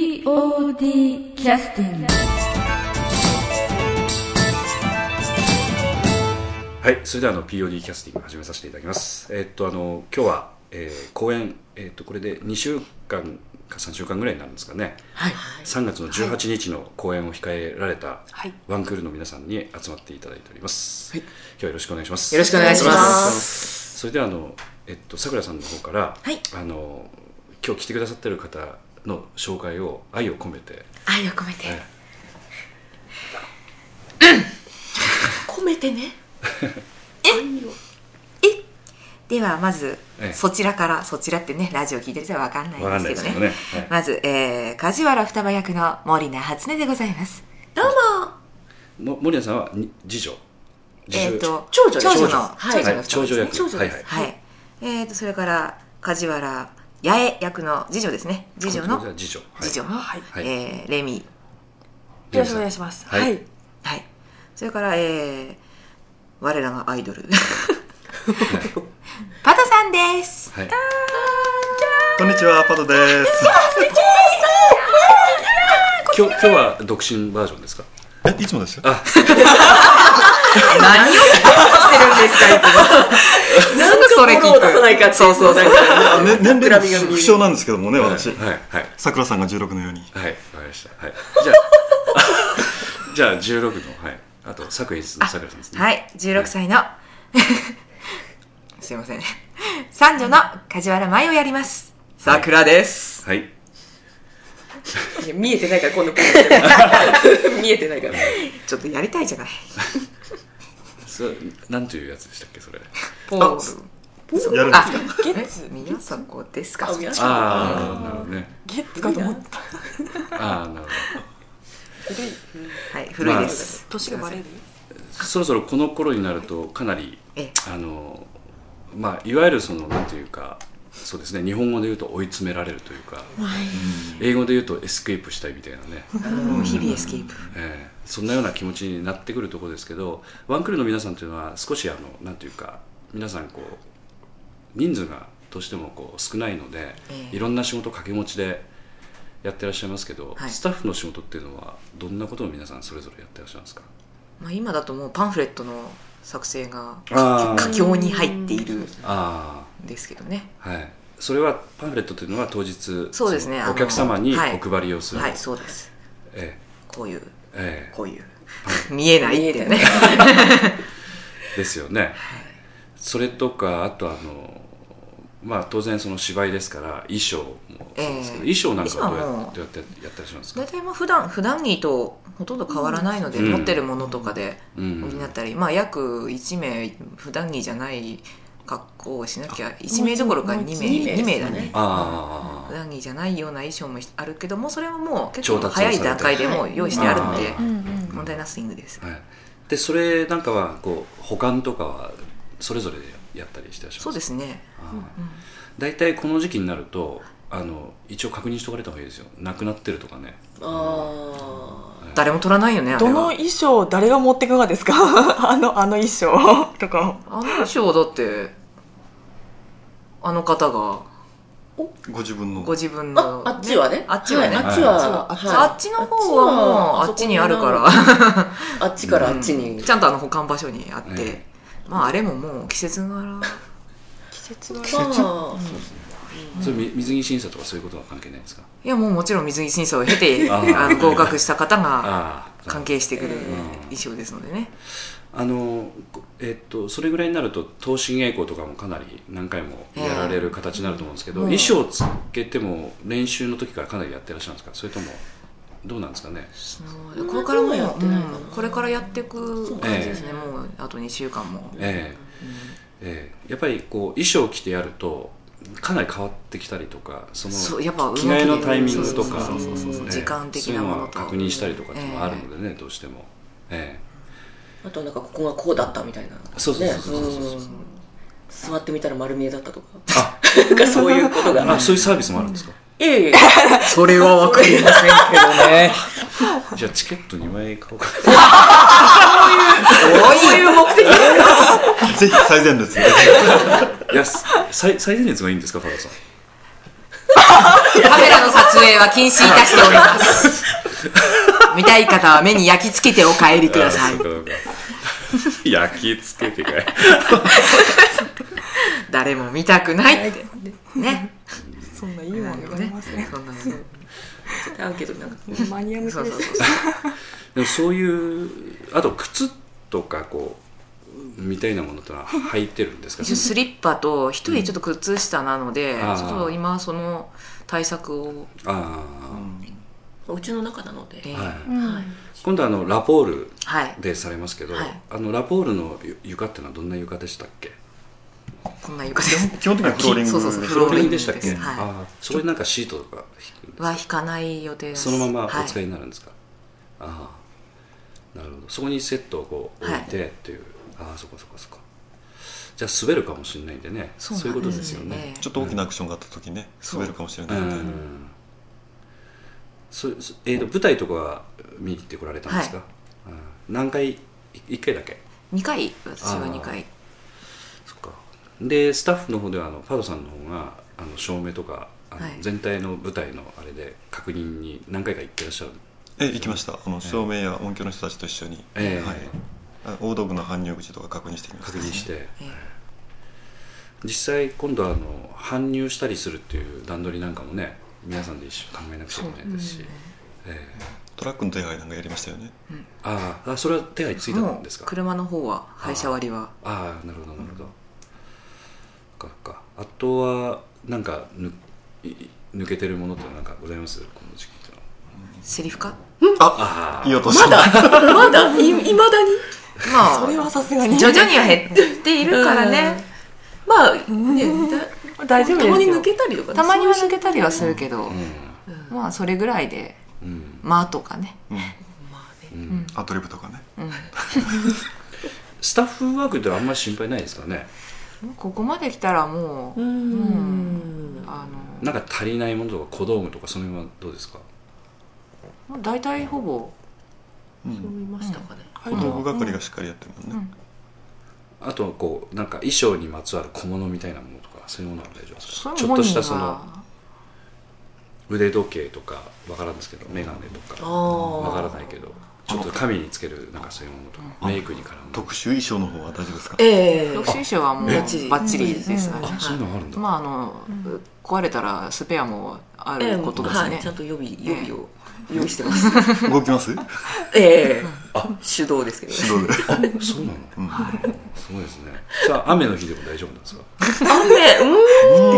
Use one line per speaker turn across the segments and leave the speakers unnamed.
POD キャスティング
はい、それではあの POD キャスティング始めさせていただきます。えーっとあの今日は、えー公演えーっとこれで2週間か3週間ぐらいになるんですかね。
はい。
3月の18日の公演を控えられた
はい
ワンクールの皆さんに集まっていただいております。
はい
今日はよろしくお願いします。
よろしくお願いし
お願いし
ま。
ますす。それではあのえっとさくらさんの方から、
はい
あの今日来てくださってる方の紹介を愛を込めて。
愛を込めて。
はい
込めてね。
えではまず、
ええ
そちらからそちらってねラジオ聞いてる人は分かんない
わかん
ん
ない
で
ですすけ
けど
ど
ね
ね。はい
まず、えー、梶原双葉役の森名初音でございます
どうも。
も森田さんはに次女。次
えっ、と
長女
長女の
はい
長女の双
長女
葉ですね、
役。
長女です
はい、えっ、とそれから梶原八重役の次女ですね次女の
次女はい
次女の、
はい
はい
えーレミ
よろしくお願いします。
はい
はい。
はいそれから、えー、我らがアイドルパトさんです
はい
こんにちは、パトです。
今日今日は独身バージョンですか
え、いつもですよ。
あ
何をしてるんですかいつもすぐそれ聞く
心を出さないかっていう
そうそうそう
あね、年齢
ラ
が
ミが見える
不詳なんですけどもね、私。
はいはい
さくらさんが16のように。
はいわかりましたはいじゃあ じゃあ16のはいあと作演出の桜さんですね
はい、16歳の、すいません。三女の梶原舞をやります。さくらです。
はい
いや見えてないから、今度込めて。見えてないから。
ちょっとやりたいじゃない。
そなんというやつでしたっけそれ
ポール。
やるんで
あ
すか、
ゲッツ。
宮迫ですか
あ、。皆さん。
ああなるほどね
ゲッツかと思った。
ああなるほ
古い。
はい、古いです。
年がバレる。
どそろそろこの頃になるとかなり
ええ
あのまあいわゆるそのなんていうかそうですね日本語で言うと追い詰められるというか英語で言うとエスケープしたいみたい なね
もう日々エスケープ。
えーそんなような気持ちになってくるところですけどワンクールの皆さんというのは少しあのなんていうか皆さんこう人数がどうしてもこう少ないので、
ええ
いろんな仕事を掛け持ちでやってらっしゃいますけど、
はい
スタッフの仕事っていうのはどんなことを皆さんそれぞれやってらっしゃいますか
まあ、今だともうパンフレットの作成が
あ
佳
ー
境に入っているん
あ
ですけどね。
ーはいそれはパンフレットというのは当日
そうですね
その
あの
お客様にお
はい
配りをする、
はい、そうです。
え
こういう、
ええ
こういう。見えないっていうね。
えですよね、それとかあとあのまあ当然その芝居ですから衣装もそうですけど、
え
衣
え
装なんかはどうや
衣装はもう
どうやってやったりしますか
大、体まあ普段普段着とほとんど変わらないので、
うん
持ってるものとかで
うん
補ったり、まあ約1名普段着じゃない格好をしなきゃ1名どころか
もう
2
一
名
二名
2名だ
です
ね
ね
あ
普
あ
段着じゃないような衣装もあるけどもそれはもう結
調
構
達を
早い
されて
段階でもう用意してあるので
は
うん
問題なスイングです
はいでそれなんかはこう保管とかはそれぞれでやったりしてらっしゃる
そうですすね
大体この時期になるとあの一応確認しておかれた方がいいですよなくなってるとかね
ああ。
誰も取らないよねあれ
どの
は
衣装を誰が持っていくかですかあの、あの衣装とか
あの衣装だってあの方が
ご自分の。
ご自分
あ
の、
あっちはね。
あっちはね
いあっちは。
あっち
は
あっちの方はもうあっちにあるから。
あっちからあっちに。
ちゃんとあの保管場所にあって、
え
まああれももう季節柄
季節柄
まあ
節
それみ水着審査とかそういうことは関係ないですか
いやもうもちろん水着審査を経て
あー
あの合格した方が
ああ
関係してくる
ん
衣装ですのでね、
あのこえっとそれぐらいになると投資稽古とかもかなり何回もやられる形になると思うんですけど、
うん
衣装をつけても練習の時からかなりやってらっしゃるんですかそれともどうなんですかね
う
うん
これからも
そんなにはやってないかな
うんこれからやっていく感じですね、
ええ
もうあと2週間も、
ええええやっぱりこう衣装を着てやるとかなり変わってきたりとかその
そうやっぱ動き
着替えのタイミングと
そう
か
そうそうそうそう
ええ
時間的なもの
そうい
と
うのは確認したりとかっていうのはあるのでね、どうしても、え
あとなんかここがこうだったみたいな。
そうそうそうそうそう
ね
そうそうん
座ってみたら丸見えだったとか。
あ
なんかそういうこと
え
が。
あそういうサービスもあるんですか、
いえいえ。
それは分かりませんけどね
じゃあチケット2枚買おうか
そういう目的
ぜひ最前列で。
いや、最最前列がいいんですか、パラさん。
カメラの撮影は禁止いたしております。 見たい方は目に焼き付けてお帰りください
あ。そうかそうか焼き付けてかい
誰も見たくないって。ね。
そんないいもんでございますね。
そんなのね
アンケートになんか
マニア向け
そう
で
そう
す。
そうそう。
でもそういうあと靴とかこうみたいなものとは履いてるんですか
一応スリッパと一人ちょっと靴下なので、
うん
ちょっと今その対策を、
あ
お家の中なので、
え
あ、
ー
はい、
はい
今度あのラポール
はい
でされますけど、
はい
あのラポールのゆ床ってのはどんな床でしたっけ
こんな床でも
基本的にはフローリング
そうそうそう
フローリングでしたっ
フロ
け、
ーリングですはい
ああそこになんかシートとか引くんですか
は引かない予定です
そのままお使
はい
になるんですか、ああなるほどそこにセットをこう置いてっていう、ああそこそこそこじゃあ滑るかもしれないんでね
そう
いう
な
こ
ん
と
で
ですす
よ
よ
ね
ね
ちょっと大きなアクションがあった時にね
そう
滑るかもしれ
う
ないので、
んそそえー、と舞台とかは見に行ってこられたんですか、うん何回い一回だけ
2回私は2回
そっかでスタッフの方ではあのパドさんの方があの照明とかあの
はい
全体の舞台のあれで確認に何回か行ってらっしゃる
え行きましたあの照明や音響の人たちと一緒に、
ええ
はいあ大道具の搬入口とか確認してきました
確認して、
えー
実際今度はあの搬入したりするっていう段取りなんかもね皆さんで一緒に考えなくちゃいけないですし、ええ
トラックの手配なんかやりましたよね
あああそれは手配ついた
も
んです
う
か
車の方は廃車割りは
ああなるほどなるほど、そっかそっかあとはなんかぬいい抜けてるものってなんかございますこの時期ってのは
セリフか
あ
いい音した
まだいいまだに
ま
それはさすがに。
あ徐々には減っているからね
まあねだ
大丈夫
たま
で
に
すよ
抜。けたりとかね
たまには抜けたりはするけど
あ
まあそれぐらいで
うんうん
まあとかね
うん
まあね
うん
ん
アドリブとかね
うん
スタッフワークってあんまり心配ないですかね
ここまで来たらも
う
う
ん。
あ
な
の
んか足りないものとか小道具とかその辺はどうですか
もう大体ほぼ
う
そう思
ん
いましたかね、
は
大道具係がしっかりやってるもん
う
ね、
ん
あとはこうなんか衣装にまつわる小物みたいなものとかそういうものは大丈夫です
そ
か
れ
ちょっ
本
とし
人
たその
は
腕時計とかわからんですけど眼鏡とかわからないけどちょっと髪につけるなんかそういうものとか
あ
メイクに絡む
特殊衣装の方は大丈夫ですか
ええ
六州賞はもう
あえ
バッチリですね
うん
あそういうのあるんだ、
まああの、
ん
壊れたらスペアもあ
ええ
ることです
は
ね
い、ちゃんと予備予備を用意してます。
動きます
ええ手動ですけどね。
手動で、
あそうなの
うん、
すごいですねじゃあ雨の日でも大丈夫なんですか
雨、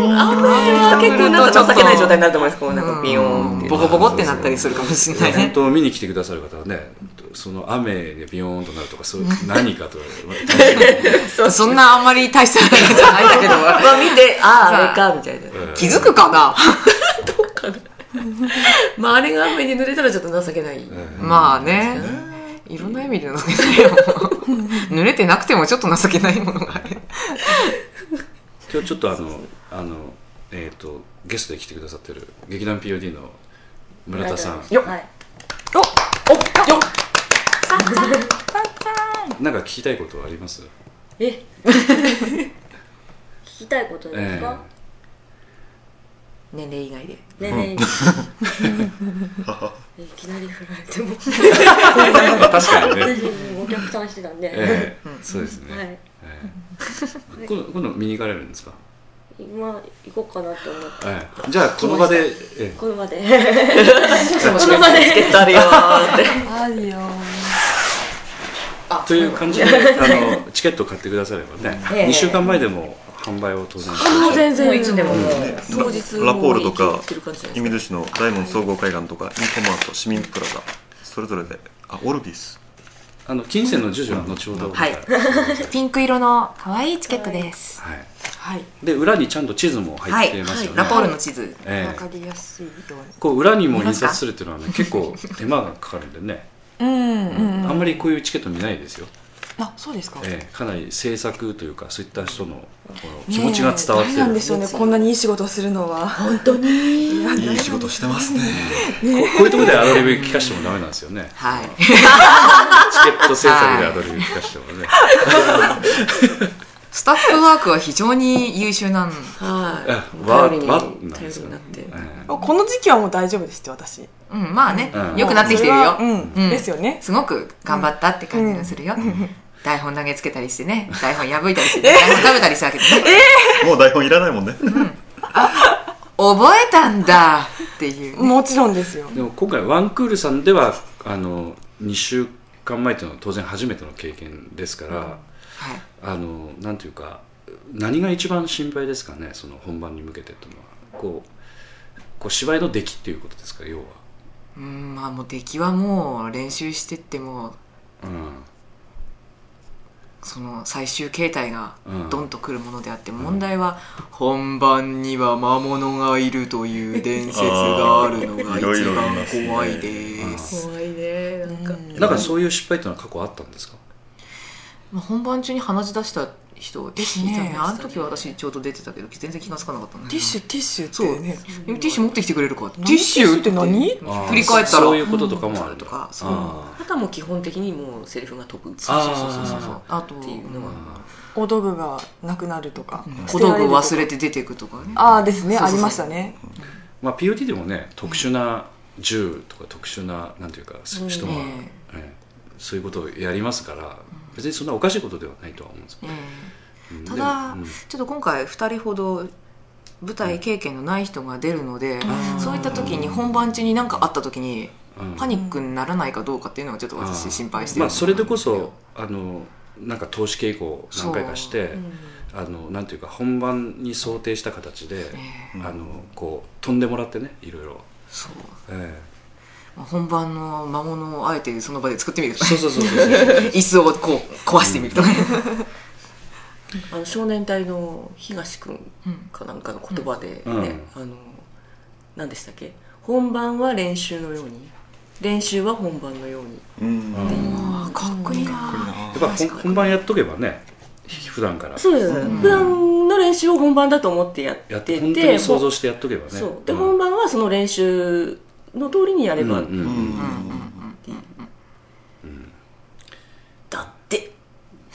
うん、雨は結構なんか情けない状態になると思います。こうなんかビヨーンっていう。
ボコボコってなったりするかもしれない
本
ね
当見に来てくださる方はねその雨でビヨーンとなるとかそういう何かと
そ う
そんなあんまり大したことじゃないんだけど
まあ見て、ああ、あれか、みたいな。
気づくかな
まああれが雨に濡れたらちょっと情けない。
まあねいろんな意味で情けないよ 濡れてなくてもちょっと情けないものがある
今日ちょっとあのあのえっ、とゲストで来てくださってる劇団 POD の村田さん
よはい。
お、お、よ。
なんか聞きたいことはあります
え聞きたいことですか、
年齢以外で
ねえねえ いきなり振られても
確かに ね、
私もお客さんしてたんで、
ええそうですね、
はい
ええ今度今度見に行かれるんですか、
今行こうかなって思って
ええじゃあこの場で、え
この場 でこの場
チケ
で
ットあるよーって。
あるよ。
えという感じであのチケットを買ってくださればね、
ええ
2週間前でも販売を当然して
もう
らっしゃる
全然。
もういつでも
当日も
ラポールとか
行ってる感じじゃないですか
射水市の大門総合会館とかインコマート市民プラザそれぞれであオルビス
あの金銭の授受は後ほど、
はい
ピンク色の可愛いチケットです
はい
はい。
で裏にちゃんと地図も
は
入っ
い、
てますよね、
ラポールの地図
ええ
りやすいよ
こう裏にも印刷するっていうのはね結構手間がかかるんでね、
うに。うん、うん、
あんまりこういうチケット見ないですよ、
あ、そうですか。
ええかなり制作というかそういった人のこの気持ちが伝わってる、
ねえ大変なんでしょうね。こんなにいい仕事するのは。本当に。
いい仕事してますね
ここういうところでアドリブ聞かしてもダメなんですよ ね
はい
チケット制作でアドリブ聞かしてもね
スタッフワークは非常に優秀なん
はい。
えわ
頼りに、
わ
頼
なんです
り
よ
になって。
ええ
この時期はもう大丈夫ですって私
うんまあね、
うん
よくなってきてる
もう
よ
それ、はうん
うん
ですよね
すごく頑張ったって感じがするよ、台本投げつけたりして ね台本破いたりして、台本食べたりしたわけでね、
もう台本いらないもんね。
覚えたんだっていう、ね、
もちろんですよ
でも今回ワンクールさんではあの2週間前というのは当然初めての経験ですから、
はい
あのなんていうか何が一番心配ですかねその本番に向けてというのはこうこう芝居の出来っていうことですか要は、
うんまあもう出来はもう練習してっても
うん
その最終形態が
うん
ドンとくるものであって、問題は本番には魔物がいるという伝説があるのが
あー
一
いろいろい
番
ますね
怖いです
怖いね、なんか。
なんかそういう失敗っていうのは過去あったんですか、
まあ本番中に鼻血出した人ティッシュいたね
ねえ
あの時は私ちょうど出てたけど全然気がつかなかったね
ティッシュティッシュ
そう
ってね
ティッシュ持ってきてくれるかティ
何
ッシュ
ティッシュって
あー
振り返ったら
そういうこととかもある
とかそう
あ
あとはもう基本的にもうセリフが飛ぶ。
あー
そうそうそうあと
っていうのは。
お道具がなくなるとか
小道具忘れて出てくとかね
ああですね
そうそうそう
ありましたね
まあ、POD でもね特殊な銃とか特殊ななんていうかす人が、
え
ええそういうことをやりますから別にそんなおかしいことではないとは思うんですけ
えええ
ど、うん
ただ、
でも
ちょっと今回2人ほど舞台経験のない人が出るので、そういった時に本番中に何かあった時に
うんうん
パニックにならないかどうかっていうのはちょっと私心配してる
まあ、それでこそあのなんか投資傾向を何回かして、あのなんていうか本番に想定した形で、
ええ
あのこう飛んでもらってねいろいろ、
そう
え
まあ本番の魔物をあえてその場で作ってみる
え
とか
そうそうそうそうそう
椅子をこう壊してみるとかね、
あの少年隊の東くんかなんかの言葉でね、あの何でしたっけ本番は練習のように練習は本番のように
うん。かっ
あかっこいい
こいい
な
な
やっぱ本本番やっとけばね普段から
そうです、
うん
普段の練習を本番だと思ってやってて
やって本当に想像してやっとけばね
そうで、
ん
本番はその練習の通りにやれば、
うんうんう
うんん。
だって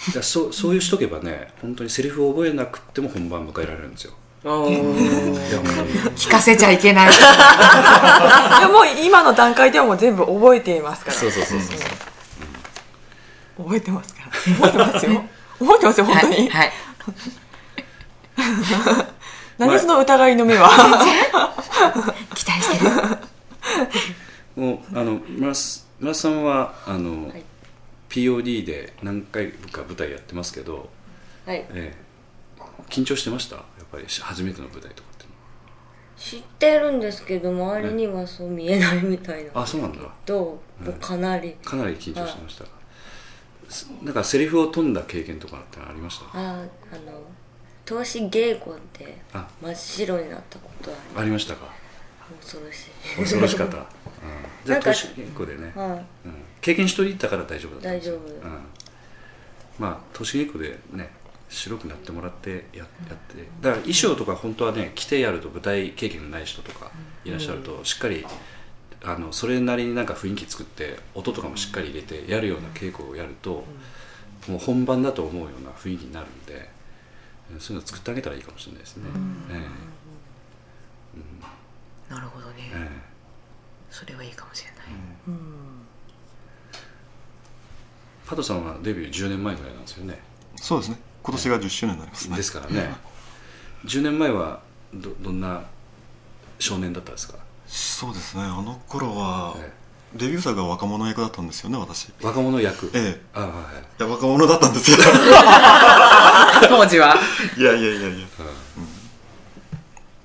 だからそうそういうしとけばね本当にセリフを覚えなくても本番迎えられるんですよいや本当に
聞かせちゃいけない
いやもう今の段階ではもう全部覚えていますから
そうそうそうそう
覚えてますから覚えてますよ覚えてますよ本当
はい、
に
はい、
何その疑いの目は
期待してる
もうあの村瀬村瀬さんはあの、
はい
POD で何回か舞台やってますけど、
はい
ええ緊張してましたやっぱりし初めての舞台とかっていう
知ってるんですけど周りにはそう見えないみたい
のは
な
あそうなんだ
ともうかなり
かなり緊張してましたすなんかセリフを飛んだ経験とかってありました
ああの投資稽古で
あ
真っ白になったことあ
ありましたか
る恐ろしい
恐ろしかった、うん、じゃ
な
あ
んか
投資結構でね、
はい
うん経験しといたから大丈夫だったんですよ
大丈
う
夫
ん、まあ年稽古でね白くなってもらってややってだから衣装とか本当はね着てやると舞台経験のない人とかいらっしゃるとしっかりあのそれなりになんか雰囲気作って音とかもしっかり入れてやるような稽古をやるともう本番だと思うような雰囲気になるんでうんそういうの作ってあげたらいいかもしれないですね、え
なるほどね、
ええ
それはいいかもしれない、
えパトさんはデビュー10年前ぐらいなんですよね
そうですね。今年が10周年になりますね。
ですからね10年前はどどんな少年だったんですか、
そうですね。あの頃は、
え
デビュー作が若者役だったんですよね、私。
え若者役
ええ。
ああはいはい
いや、若者だったんですよ。
当時はい
やいやいやいや。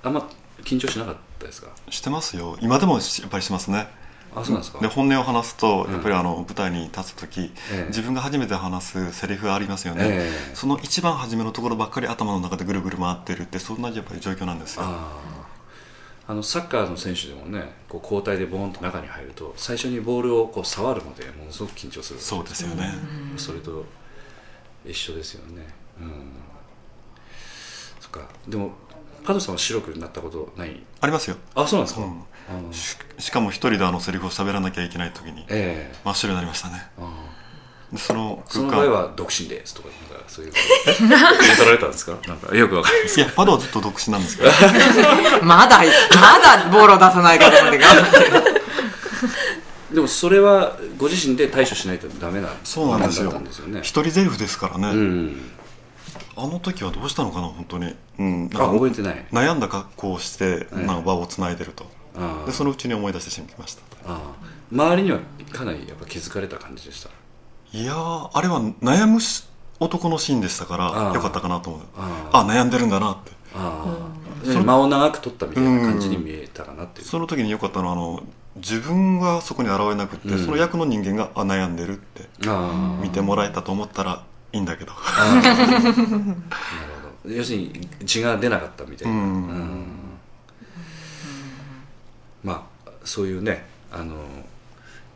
あんま緊張しなかったですか
してますよ。今でもしやっぱりしますね。
あそうなんですか、
で本音を話すと
うん
やっぱりあの舞台に立つ時、
ええ
自分が初めて話すセリフありますよね、
ええ
その一番初めのところばっかり頭の中でぐるぐる回ってるってそんなやっぱり状況なんですよ
あああのサッカーの選手でもねこう交代でボーンと中に入ると最初にボールをこう触るまでものすごく緊張する
そうですよね、
それと一緒ですよねうんそっかでもパドさんは白くなったことない
ありますよ、
あそうなんです
う
か、
ん、
あの
ししかも一人であのセリフを喋らなきゃいけない時に
ええ
真っ白になりましたね
あ
でその
そ
空
の場合
間
は独身ですとかなんかそう いう言い取られたんですかなんかよくわかんないです
いやパドはずっと独身なんですけど
まだ、まだボロ出さないかと思って頑張って
でもそれはご自身で対処しないとダメな
そうなんです
学
よ
びだったんですよね
一人台詞ですからね、
うん
あの時はどうしたのかな本当に、うん、
あ
なん
覚
か
えてない
悩んだ格好をして、
はい
なんか場をつないでると
あ
でそのうちに思い出してしまいました
あー周りにはかなりやっぱ気づかれた感じでした
いやーあれは悩むし男のシーンでしたか
あー
らよかったかなと思う
あ
あ悩んでるんだなって
あ
うん
あ間を長く取ったみたいな感じに見えたかなっていう
その時によかったのはあの自分はそこに現れなくって、
うん
その役の人間があ悩んでるって
ああ
見てもらえたと思ったらいいんだけど
あーなるほど要するに血が出なかったみたいな、
うん
まあそういうねあの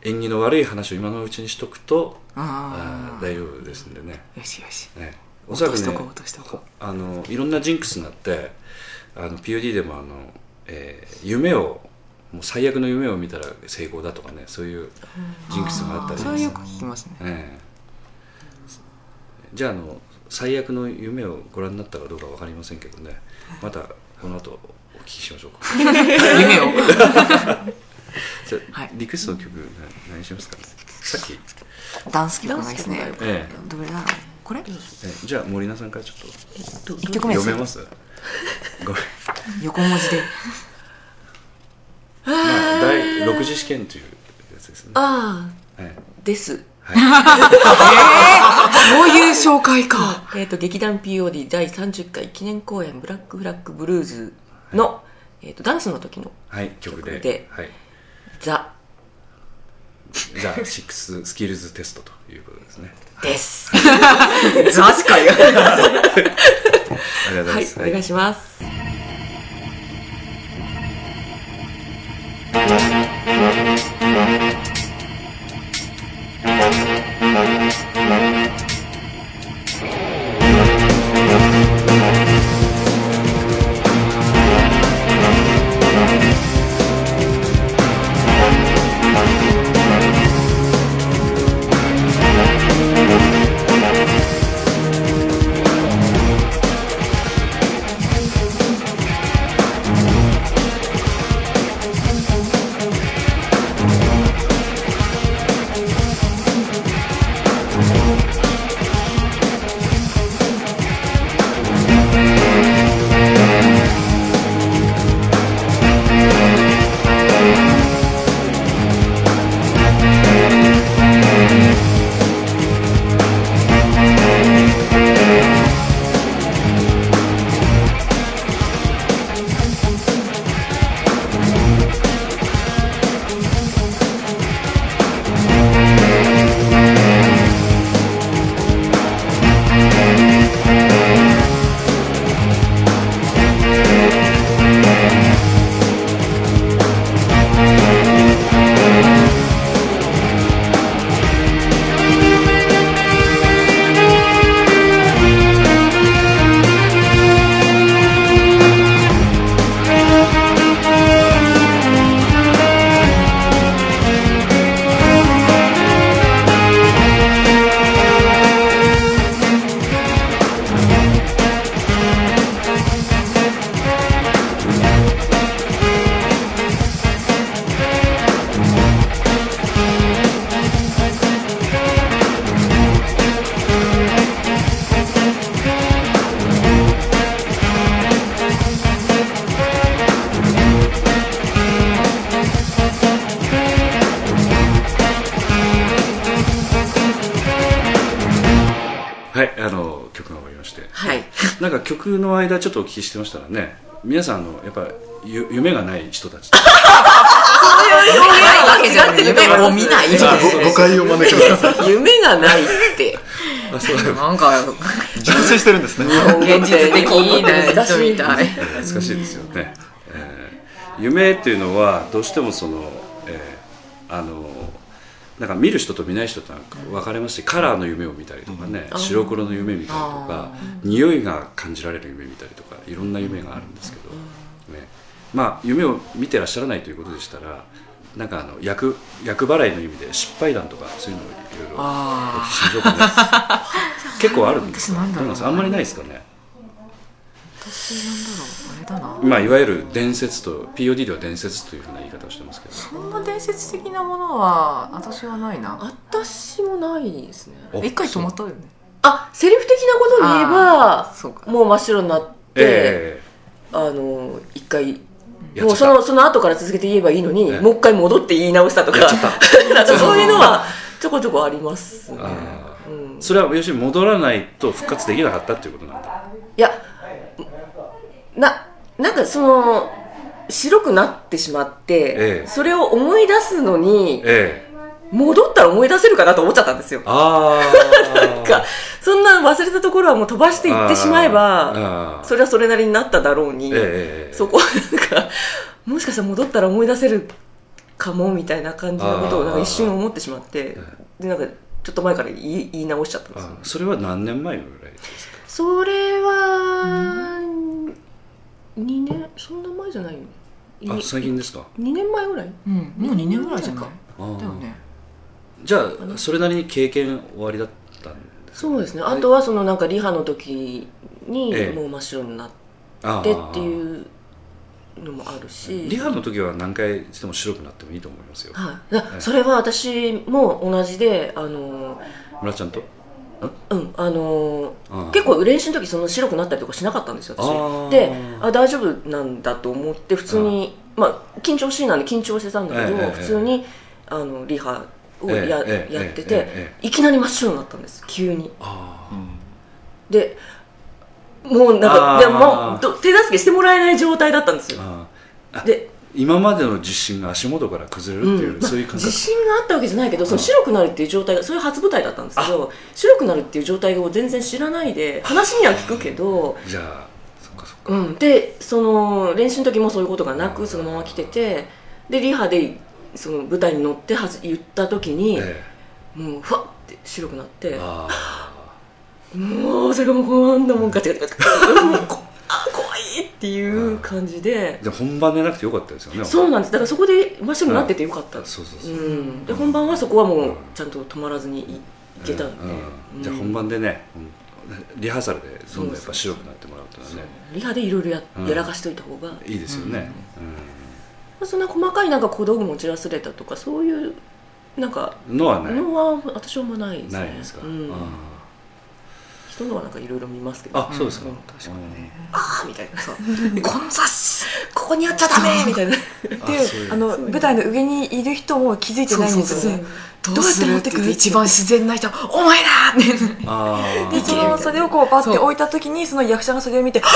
縁起の悪い話を今のうちにしとくとあ
あ
ー大丈夫ですんでね
ーよしよし。
ねおそ
落
ら
と
く
しと
ね
こう、落としとこう。
あのいろんなジンクスになってあの POD でもあの、えー夢をもう最悪の夢を見たら成功だとかねそういうジンクスがあったり
ーそういう子聞きますね。
ええじゃああの最悪の夢をご覧になったかどうかわかりませんけどねまたこの後お聞きしま しょうか
夢を。
じゃあ、
はい
リクエストの曲な何しますかさっき、
ダンス曲がいいですね
ダンス曲
え
どれだろうこれ
ええじゃあ森菜さんからちょっ
どど
一曲
と
目で
読
す
めますごめん、
横文字で
まあ、第6次試験というやつですね、
ああ
ええ
です
はい、
そういう紹介か。
えっ、と劇団 POD 第30回記念公演「ブラックフラッグブルーズの」えー、とダンスの時の
はい、曲で
曲で
はい、
「ザ
じゃあ6スキルズテストということですね」
です
ザしかよ。
ありがとうござい
は
ま
い
す、
お願いします
はい、あの曲が終わりまして
はい
なんか曲の間ちょっとお聞きしてましたらね皆さんあのやっぱゆ夢がない人たち
ないわけじゃない
夢を見ない。
あ
ご誤解を招くから
夢がないって
あそうだ
なんか、
純粋してるんですね
現実的な人みたい。
懐かしいですよね、えー夢っていうのはどうしてもその、えーあのなんか見る人と見ない人となんか分かれますしカラーの夢を見たりとかね、白黒の夢見たりとか匂いが感じられる夢見たりとかいろんな夢があるんですけど、ね、まあ夢を見てらっしゃらないということでしたらなんかあの役役払いの意味で失敗談とかそういうのをいろいろお
あ
聞きしようかな 結構あるんですか
私なんだろう
どうなんですかあんまりないですかね
あ私なんだろうあれだな
まあいわゆる伝説と POD では伝説というふうな言い方をしてますけど
そんな伝説的なものは私はないな
私もないですね
お
一回止まったよね
あセリフ的なことを言えば
そうか
もう真っ白になって、
え
あの一回
えや
も
っ
う
ちゃ
そ
った
のその後から続けて言えばいいのに、
ええ
もう一回戻って言い直したとか
やっちゃった
なんか そういうのはちょこちょこありますね、
あー
うん、い
それは要するに戻らないと復活できなかったっていうことなんだ
やななんかその白くなってしまって、
ええ
それを思い出すのに
ええ
戻ったら思い出せるかなと思っちゃったんですよ
ああ
なんかそんな忘れたところはもう飛ばしていってしまえば
あー
それはそれなりになっただろうに、
ええええ
そこはなんかもしかしたら戻ったら思い出せるかもみたいな感じのことをなんか一瞬思ってしまってでなんかちょっと前から言い言い直しちゃったんですよ
あそれは何年前ぐらいですか
それは2年そんな前じゃないよ
あ最近
2
ですか
年前ぐらい
うんもう2年ぐらいじゃない
あー
だよね
じゃあそれなりに経験終わりだったんです
そうですねあとはそのなんかリハの時に
ええ
もう真っ白になっ
あ
てっていううのもあるし
リハの時は何回しても白くなってもいいと思いますよ
はい、だ
ええ
それは私も同じであの
村ちゃんと
うんあの
あー
結構練習の時その白くなったりとかしなかったんですよ
あ
私
ー
であ大丈夫なんだと思って普通にまあ緊張しいなんで緊張してたんだけど、
ええええ
普通にあのリハをや,、
ええええ
やってて、
えええ
いきなり真っ白になったんです急に
あ
う
ー
ん
でもうなん
あ
か
ー
でもうど手助けしてもらえない状態だったんですよ
あー
で
今までの自信が足元から崩れるっていう、
ん
そういう感
自
覚
信があったわけじゃないけどその白くなるっていう状態がそういう初舞台だったんですけど白くなるっていう状態を全然知らないで話には聞くけど、
じゃあそっかそっか
うん、でその練習の時もそういうことがな
うん
くそのまま来ててでリハでその舞台に乗ってはず言った時に、
え
もうふわって白くなって
えああ
もうそれがもうこんなもんかってかってかもう こあ怖いっていう感じで
で本番でなくてよかったですよね
そうなんですだからそこで真っ白になっててよかったです
そうそうそう、
うん、で本番はそこはもうちゃんと止まらずにいいけたんで、
う
うんん
じゃあ本番でね、うんリハーサルでどんどんやっぱ白くなってもらうというのはね
リハでいろいろや,、
うん
やらかしといた方が、ま
いいですよね、
あ、そんな細かいなんか小道具も散らすれたとかそういうなんか
うんのはない、
のは私はあんまないですね
ないですか、
うん
あ、
人のはなんかいろいろ見ますけど
あそうですか、
うん
確かに
あーみたいなさ
この雑誌
ここにやっちゃダメみたいな
あそうい
で
う
あの
そういう
舞台の上にいる人も気づいてないんです
そう
よ
そう
ね
どうするって言って一番自然な人
お前だって
あ
で
ー
そのそれをこうバッて
そう
置いた時にその役者がそれを見てそう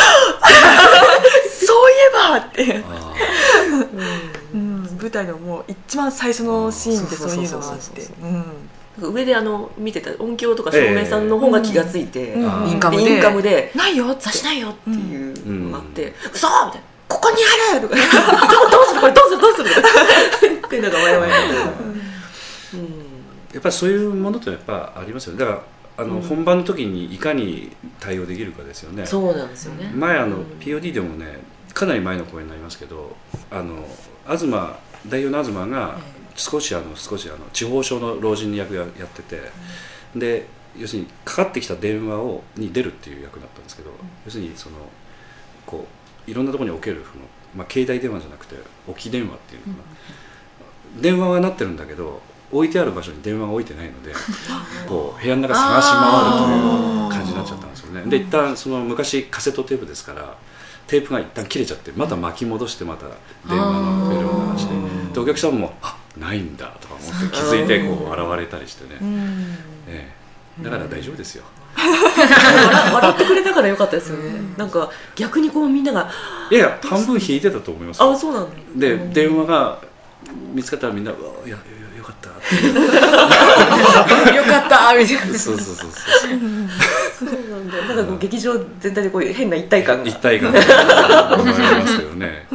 いえばって、
あ
うん、舞台のもう一番最初のシーンで
そ
そうう
そうそ
い
う
うのがあ
そうそう
って、うん、
上であの見てた音響とか照明さんの方が気がついて、
うん
あー
インカム
でイ
で
ンカムで
ないよ
「差しないよ」っていうのがあって「嘘!」みたいな「ここにある!」とか「どうするこれどうするどうする?」とか言ってなんかわやわやうん
やっぱりそういうものとやっぱありますよねだからあの、本番の時にいかに対応できるかですよね
そうなんですよね
前あの、
うん
POD でもねかなり前の公演になりますけどあの東代表の東が少しあの少しあの地方省の老人役ややってて、で要するにかかってきた電話をに出るっていう役だったんですけど、要するにそのこういろんなところに置けるその、まあ、携帯電話じゃなくて置き電話っていうのかな、電話はなってるんだけど置いてある場所に電話が置いてないの でこう部屋の中探し回るという感じになっちゃったんですよねで一旦その昔カセットテープですからテープが一旦切れちゃってまた巻き戻してまた電話のメールを流してでお客さんも「あないんだ」とか思って気づいてこう現れたりしてね、ええだから大丈夫ですよ
笑笑ってくれたからよかったですよねなんか逆にこうみんなが「
いやいや半分引いてたと思いますよ
あそうなんだ」
で電話が見つかったらみんな「うわいやいやよかった」って
よかったみたいな
そうそうそうそう
そうなんだなんかこう劇場全体でこういう変な一体感が
一体感が生まれますよね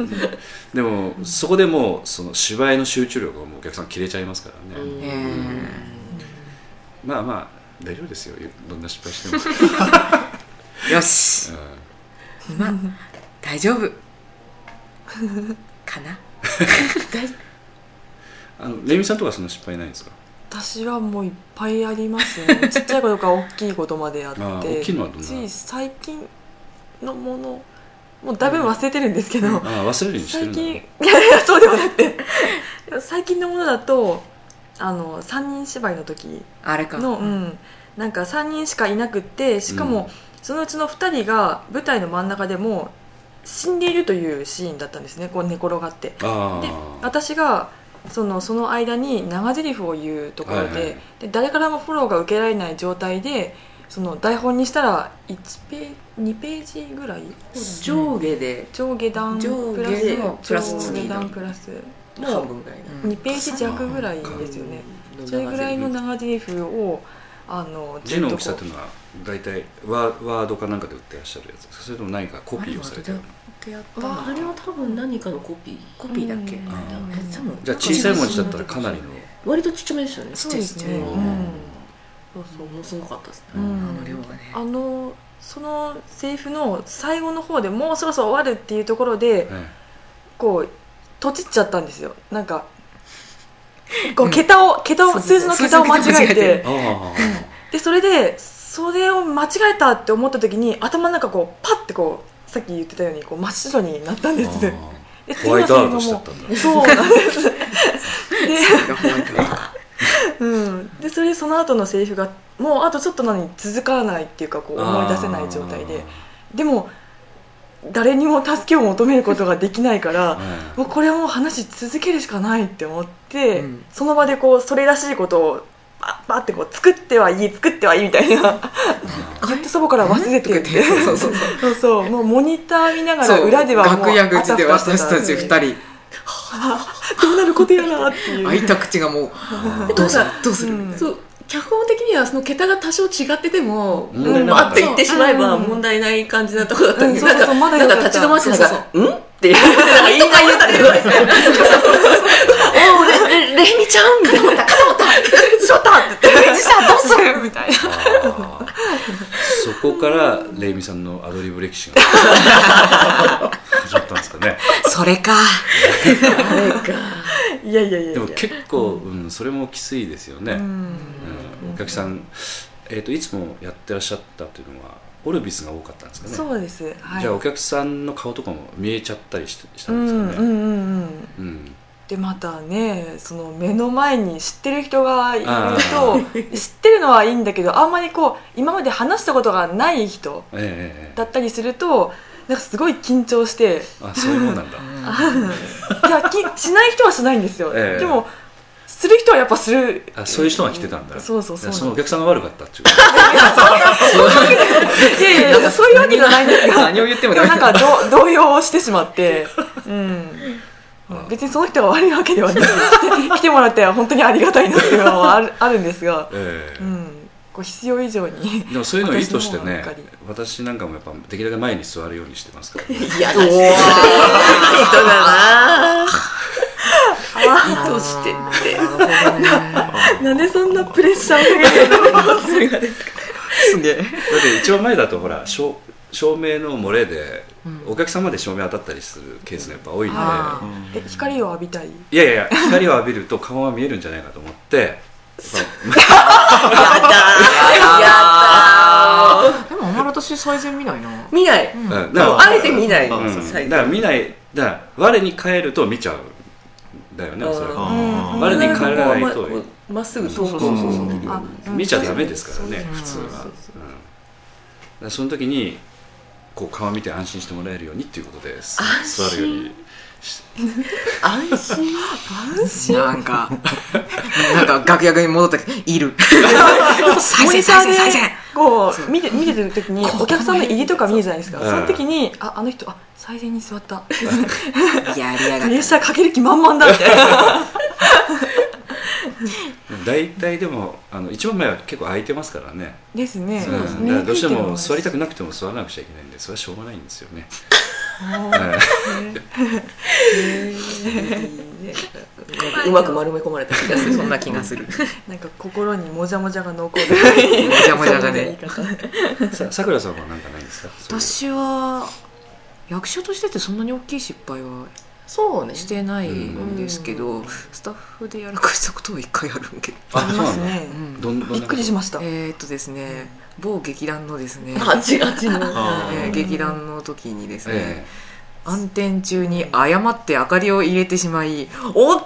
でもそこでもうその芝居の集中力がもうお客さん切れちゃいますからね、
うん
まあまあ大丈夫ですよどんな失敗しても、
よし
うん
今大丈夫かな
あのレミさんとかその失敗ないんですか
私はもういっぱいありますね ちっちゃいことから大きいことまでやって
あー大きいのはどんな
つい最近のものもうだいぶ忘れてるんですけど、
あー忘れるようにしてるん
最
だ
近 いやいやそうでもなくて最近のものだとあの3人芝居の時
あれか
の、うん、なんか3人しかいなくってしかも、そのうちの2人が舞台の真ん中でもう死んでいるというシーンだったんですねこう寝転がってで
ああ
私がそのその間に長台詞を言うところで,、
はいはい
で誰からもフォローが受けられない状態でその台本にしたら1ペー2ページぐらい
上下で
上下段
上下
プラ
で
ス
プラス
上下段プラスも
半
う
分ぐらいな
うん
2ページ弱ぐらいですよね
うん
それぐらいの長台詞をあのず
字
っ
の大
とこう
きさっていうのは大体ワワードかなんかで売ってらっしゃるやつですかそれとも何かコピーをされてるの
ああれは多分何かのコピー
コピーだっけ、
うん
あ
ー
多分
じゃあ小さい文字だったらかなりの
割とちっちゃめですよね
そうですね、
う
うん
そうそうものすごかったですね
あ
うん
の量がね
あのそのセリフの最後の方でもうそろそろ終わるっていうところで
はい
こう閉じっちゃったんですよなんかこう桁を、桁を
そうそう
数字の桁を間違え
数字の桁間違えて
て
あ
でそれでそれを間違えたって思った時に頭の中こうパッてこうさっき言ってたようにこう真っ白になったん
ー
ですで
あー
次
ホワイ
の
トア
セ
ウトしちゃ
リフも
ったんだ
そうなんですで,、うん、でそれでその後のセリフがもうあとちょっとなのに続かないっていうかこう 思い出せない状態ででも誰にも助けを求めることができないから、
あー
もうこれはもう話し続けるしかないって思って、
うん
その場でこうそれらしいことをバッバッてこう作ってはいい作ってはいいみたいなずっと祖母から忘れてって
うんそうそうそう
そうそうもうモニター見ながら
そう
裏ではもう
楽屋口で
あたふ
私
た
たち
してた
二人
どうなることやらっていう
開いた口がもう
あ
え
ー
どうぞ
どうする、
うん
そう脚本的にはその桁が多少違ってても、
問題なか
あっ
った
て言ってしまえば
うん
問題ない感じなとこだったんで、
うんそうそうそう
なんか
まだよ
な
かっ
んか
た
立ち止まってなんか
そう
「ん?」っていうなんか言いながら言ったりとかして「おおレレレミちゃん」みたいな「肩持った肩持った!」って言って
じゃあどうするみたいな
あーそこからレイミさんのアドリブ歴史が始まったんですかね
それか
いやいやいや
で
いや
も結構、うん、それもきついですよね、
う
うん
ん
お客さん、えー、といつもやってらっしゃったというのはオルビスが多かったんですかね
そうですはい
じゃあお客さんの顔とかも見えちゃったりしした
うん
です
ん
かね
うんうんうん
うん、
でまたねその目の前に知ってる人がいる
あ
と知ってるのはいいんだけどあんまりこう今まで話したことがない人
ええええ
だったりするとなんかすごい緊張して
あそういうもんなんだ
いやきしない人はしないんですよ、
ええ
でもする人はやっぱする
あそういう人が来てたんだ
そうそうそう
そのお客さんが悪かったっていうこと
いやいやいやそういうわけじゃないんですが
何を言って
で
も
も
ダメ
なんか ど動揺してしまって、うん、別にその人が悪いわけではなくて来てもらって本当にありがたいなっていうのはあるあるんですが、
ええ
うん、こう必要以上に
でもそういうのを意図してね
私の方ばっかり
私なんかもやっぱできるだけ前に座るようにしてますから、ね、
「嫌な人だな」意図してって
なんでそんなプレッシャーをかけてるの
すげえ
だって一番前だとほら照照明の漏れでお客様で照明当たったりするケースがやっぱ多いんで、
あ
うん
え光を浴びたい
いやいやいや光を浴びると顔は見えるんじゃないかと思って
でもあんまり私最善見ないな
見ない
うんだから
あえて見ない、
うん
うん
最
だか
近
ら見ないだから我に返ると見ちゃうんだよねおそらく
あ
うん
我に返らない
こ
と
うまっすぐ
そう
遠
そ
く
うそうそう
を
あうん
見ちゃダメですからね
うん
普通は、うん、だからその時にこう顔見て安心してもらえるようにっていうことです座るように
安心
なんかなんか楽屋に戻った時いる最
モニ
善
タ
最善
ーで
最善
こう見て見てる時にお客さんの入りとか見るじゃないですか
うん
その時にああの人あ最善に座ったプ
やりやがっ
レッ
た
シャーかける気満々だみたいな
大体でもあの一番前は結構空いてますからね
ですね
うん
です
だか
ね
らどうしても座りたくなくても座らなくちゃいけないんでそれはしょうがないんですよね、はい
うまく丸め込まれた気がする
そんな気がする
なんか心にもじゃもじゃが残 る
もじゃもじゃがね
ささくらさんは何かないんですかそういう
私は役者としてってそんなに大きい失敗は
そうね
してないんですけど、スタッフでやらかしたことは一回あるんけど、
ありますね
う、
ど
ん、
んどんな
びっくりしました、
えー、っとですね某劇団のですね、
あちあちの
あ
え
ー
ー劇団の時にですね、
え
暗転中に誤って明かりを入れてしまいおっっ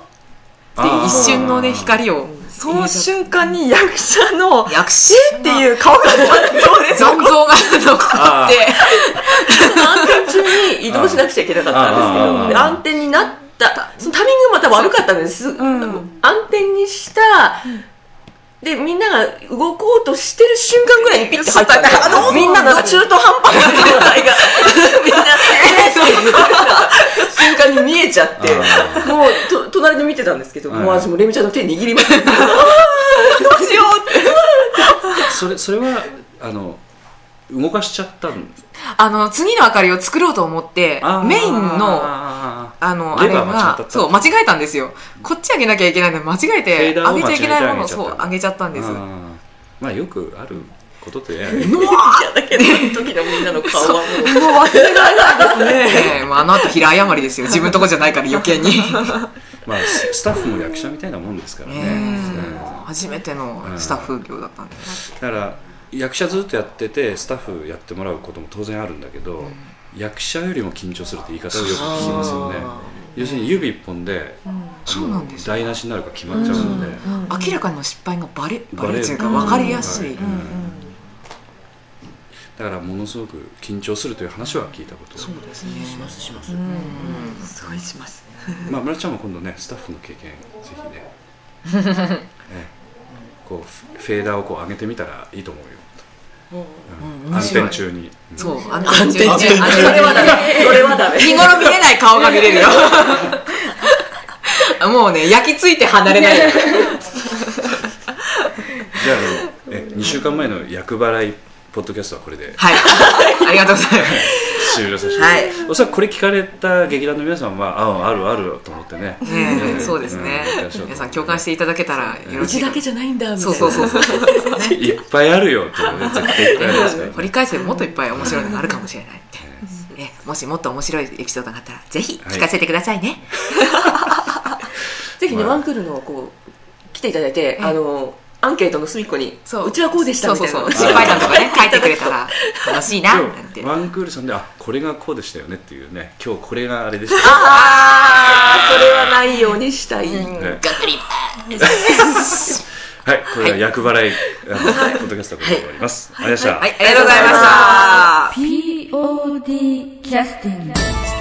て一瞬のね
あー
光を
その瞬間に役者の「
役者
えっ?」ていう顔が
残像が残
あ
っ
ー
て
暗転中に移動しなくちゃいけなかったんですけどで
ああ
暗転になったそのタイミングがまた悪かったんです、
ん
暗転にしたでみんなが動こうとしてる瞬間ぐらいにピッて入ったんで
そうだね
みんなが中途半端な状態 がみんな瞬間に見えちゃって
あ
もうと隣で見てたんですけど、
はい
もう私もレミちゃんの手握りましたどうしようって
それそれはあの動かしちゃったん
あの次の明かりを作ろうと思って
あー
メインの
あ
あのあ
レ
れ
バー間違っちゃった
がそう間違えたんですよこっち上げなきゃいけないのに間違えて
フェーダーを
上げちゃいけないもの
間違
を
えて
そう上げちゃったんです
ーまあよくあることとや
うわーだけどその時のみんなの顔はもう
もう忘れられないですね。まあ、あの後平謝りですよ。自分とこじゃないから余計に。
まあススタッフも役者みたいなもんですからね、うん
初めてのスタッフ業だったんです。
だから役者ずっとやっててスタッフやってもらうことも当然あるんだけど、役者よりも緊張するって言い方をよく聞きますよね要するに指一本で、
そうなんですよ
台無しになるか決まっちゃうので、
明らかな失敗がバレ、バ
バレ
レ
る
というか分かりやすい。
うんだからものすごく緊張するという話は聞いたことそうです、
しますします、
すごいします
まあ、村ちゃんも今度ねスタッフの経験ぜひね ええこうフフェーダーをこう上げてみたらいいと思うよ、うん
面
暗
白い
転中に、うん
そう、安
そ
定
れ
中。安定
はダメそれはダメ
日頃見れない顔が見れるよ。もうね、焼き付いて離れない。
じゃああのえ2週間前の役払いポッドキャストはこれで
はい。ありがとうございます。
終了させて、はい、おそらくこれ聞かれた劇団の皆さんはああるあると思ってね
ね
ええ
そうですね
う。
皆さん共感していただけたらよろ
う
し
ち
いか
だけじゃないんだみたいな
そうそうそうそう。
いっぱいあるよっていうね絶対いっぱいありますから、
掘り返せばもっといっぱい面白いのがあるかもしれないって、ね、もしもっと面白いエピソードがあったらぜひ聞かせてくださいね、
ぜひね、
まあ
ワンクールのこう来ていただいて、あのアンケートの隅っこに
そう
ちはこうでした
そう
みた
そう
いな
そう 失敗談とかね書いてくれたら楽しいななん
で
て
もワンクールさんであこれがこうでしたよねっていうね今日これがあれでしたよ
ああそれはないようにしたい、
ねねはいこれは役払い、あのポッドキャストはこれで終わります、ありがとうございました、
はいありがとうございました
POD キャスティング